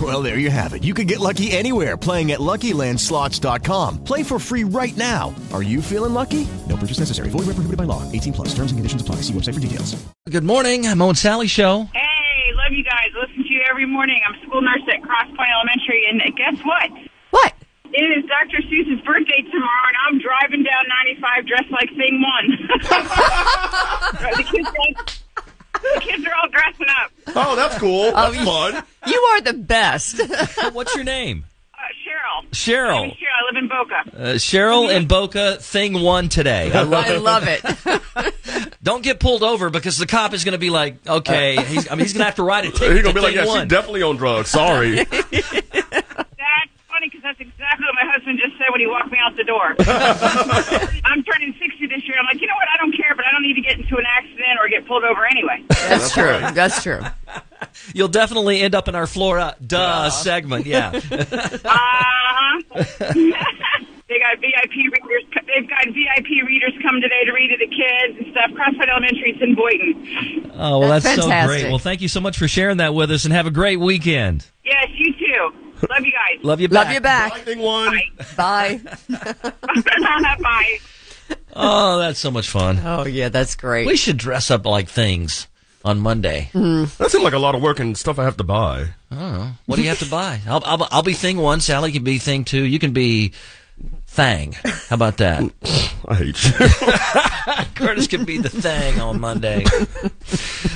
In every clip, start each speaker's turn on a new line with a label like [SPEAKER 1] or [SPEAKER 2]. [SPEAKER 1] Well, there you have it. You can get lucky anywhere playing at LuckyLandSlots.com. Play for free right now. Are you feeling lucky? No purchase necessary. Void where prohibited by law. 18 plus. Terms and conditions apply. See website for details.
[SPEAKER 2] Good morning, Mo and Sally Show.
[SPEAKER 3] Hey, love you guys. Listen to you every morning. I'm a school nurse at Cross Point Elementary, and guess what?
[SPEAKER 4] What?
[SPEAKER 3] It is Dr. Seuss's birthday tomorrow, and I'm driving down 95 dressed like Thing One. the, kids are, the kids are all dressing up.
[SPEAKER 5] Oh, that's cool. That's fun.
[SPEAKER 6] You are the best.
[SPEAKER 2] What's your name?
[SPEAKER 3] Uh, Cheryl.
[SPEAKER 2] Cheryl.
[SPEAKER 3] My name is Cheryl. I live in Boca.
[SPEAKER 2] Uh, Cheryl and Boca thing one today. I love
[SPEAKER 6] I love it.
[SPEAKER 2] Don't get pulled over because the cop is going to be like, okay, he's, I mean, he's going to have to write a ticket.
[SPEAKER 5] You're gonna
[SPEAKER 2] to
[SPEAKER 5] be like,
[SPEAKER 2] thing
[SPEAKER 5] yeah,
[SPEAKER 2] one.
[SPEAKER 5] she's definitely on drugs. Sorry.
[SPEAKER 3] That's funny because that's exactly what my husband just said when he walked me out the door. I'm turning 60 this year. I'm like, you know what? I don't care, but I don't need to get into an accident or get pulled over anyway.
[SPEAKER 6] That's true. That's true.
[SPEAKER 2] You'll definitely end up in our Flora duh segment. Yeah. Uh,
[SPEAKER 3] Uh-huh. they got VIP readers. They've got VIP readers come today to read to the kids and stuff. CrossFit Elementary, it's in Boynton.
[SPEAKER 2] Oh, well, that's,
[SPEAKER 6] That's
[SPEAKER 2] so great.
[SPEAKER 6] fantastic.
[SPEAKER 2] Well, thank you so much for sharing that with us and have a great weekend.
[SPEAKER 3] Yes, you too. Love you guys.
[SPEAKER 2] Love you back.
[SPEAKER 6] Love you back.
[SPEAKER 5] Lightning one.
[SPEAKER 6] Bye.
[SPEAKER 3] Bye.
[SPEAKER 2] Oh, that's so much fun.
[SPEAKER 6] Oh yeah, that's great.
[SPEAKER 2] We should dress up like things on Monday.
[SPEAKER 5] That seemed like a lot of work and stuff I have to buy.
[SPEAKER 2] What do you have to buy? I'll, I'll, I'll be thing one. Sally can be thing two. You can be thang. How about that?
[SPEAKER 5] I hate you.
[SPEAKER 2] Curtis could be the thing on Monday.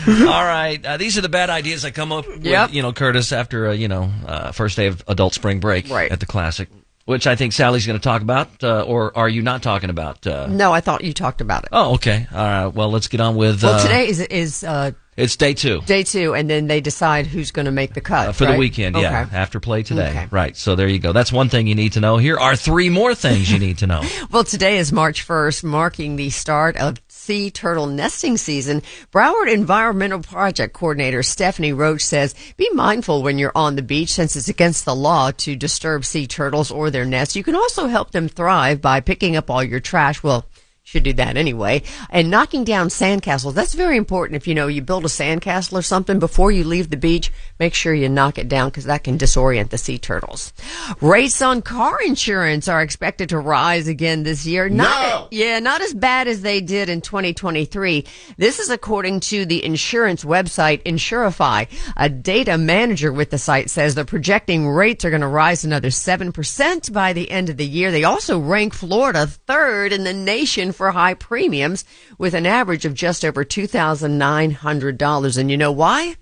[SPEAKER 2] All right, uh, these are the bad ideas that come up.
[SPEAKER 6] Yep.
[SPEAKER 2] With, you know, Curtis after uh, you know uh, first day of adult spring break
[SPEAKER 6] Right.
[SPEAKER 2] at the classic, which I think Sally's going to talk about, uh, or are you not talking about? Uh,
[SPEAKER 6] No, Oh, I thought you talked about it.
[SPEAKER 2] Oh, okay. All right. Well, let's get on with.
[SPEAKER 6] Well,
[SPEAKER 2] uh,
[SPEAKER 6] today is is uh,
[SPEAKER 2] it's day two.
[SPEAKER 6] day two, and then they decide who's going to make the cut
[SPEAKER 2] Uh, for
[SPEAKER 6] right?
[SPEAKER 2] the weekend, yeah.
[SPEAKER 6] Okay.
[SPEAKER 2] After play today.
[SPEAKER 6] Okay.
[SPEAKER 2] Right. So there you go. That's one thing you need to know. Here are three more things you need to know.
[SPEAKER 6] Well, today is March 1st, marking the start of sea turtle nesting season. Broward Environmental Project Coordinator Stephanie Roach says, be mindful when you're on the beach since it's against the law to disturb sea turtles or their nests. You can also help them thrive by picking up all your trash. Well, should do that anyway. And knocking down sandcastles. That's very important. If you know you build a sandcastle or something before you leave the beach, make sure you knock it down because that can disorient the sea turtles. Rates on car insurance are expected to rise again this year. Not, yeah, not as bad as they did in 2023. This is according to the insurance website Insurify. A data manager with the site says they're projecting rates are going to rise another 7% by the end of the year. They also rank Florida third in the nation for high premiums with an average of just over $2,900. And you know why?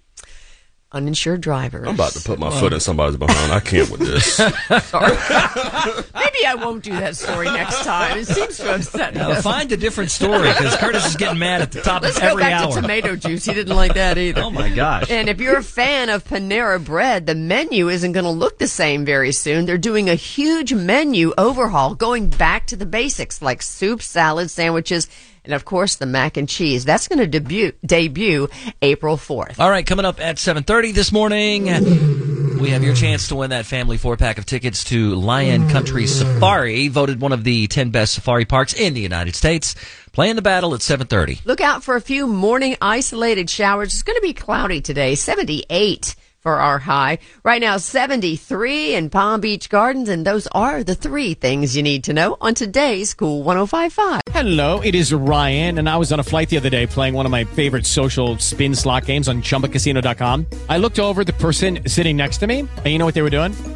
[SPEAKER 6] Uninsured drivers.
[SPEAKER 5] I'm about to put my foot in somebody's behind. I can't with this.
[SPEAKER 6] Maybe I won't do that story next time. It seems to upset me.
[SPEAKER 2] Uh, find a different story because Curtis is getting mad at the top
[SPEAKER 6] Let's
[SPEAKER 2] of
[SPEAKER 6] go
[SPEAKER 2] every
[SPEAKER 6] back
[SPEAKER 2] hour.
[SPEAKER 6] to tomato juice. He didn't like that either.
[SPEAKER 2] Oh my gosh.
[SPEAKER 6] And if you're a fan of Panera Bread, the menu isn't going to look the same very soon. They're doing a huge menu overhaul, going back to the basics like soup, salad, sandwiches, and of course the mac and cheese. That's going to debut debut April 4th.
[SPEAKER 2] All right, coming up at 7:30 this morning, we have your chance to win that family four-pack of tickets to Lion Country Safari, voted one of the 10 best safari parks in the United States. Playing the battle at 7:30.
[SPEAKER 6] Look out for a few morning isolated showers. It's going to be cloudy today, 78 for our high. Right now, 73 in Palm Beach Gardens, and those are the three things you need to know on today's Cool 1055.
[SPEAKER 7] Hello, it is Ryan, and I was on a flight the other day playing one of my favorite social spin slot games on chumbacasino.com. I looked over at the person sitting next to me, and you know what they were doing?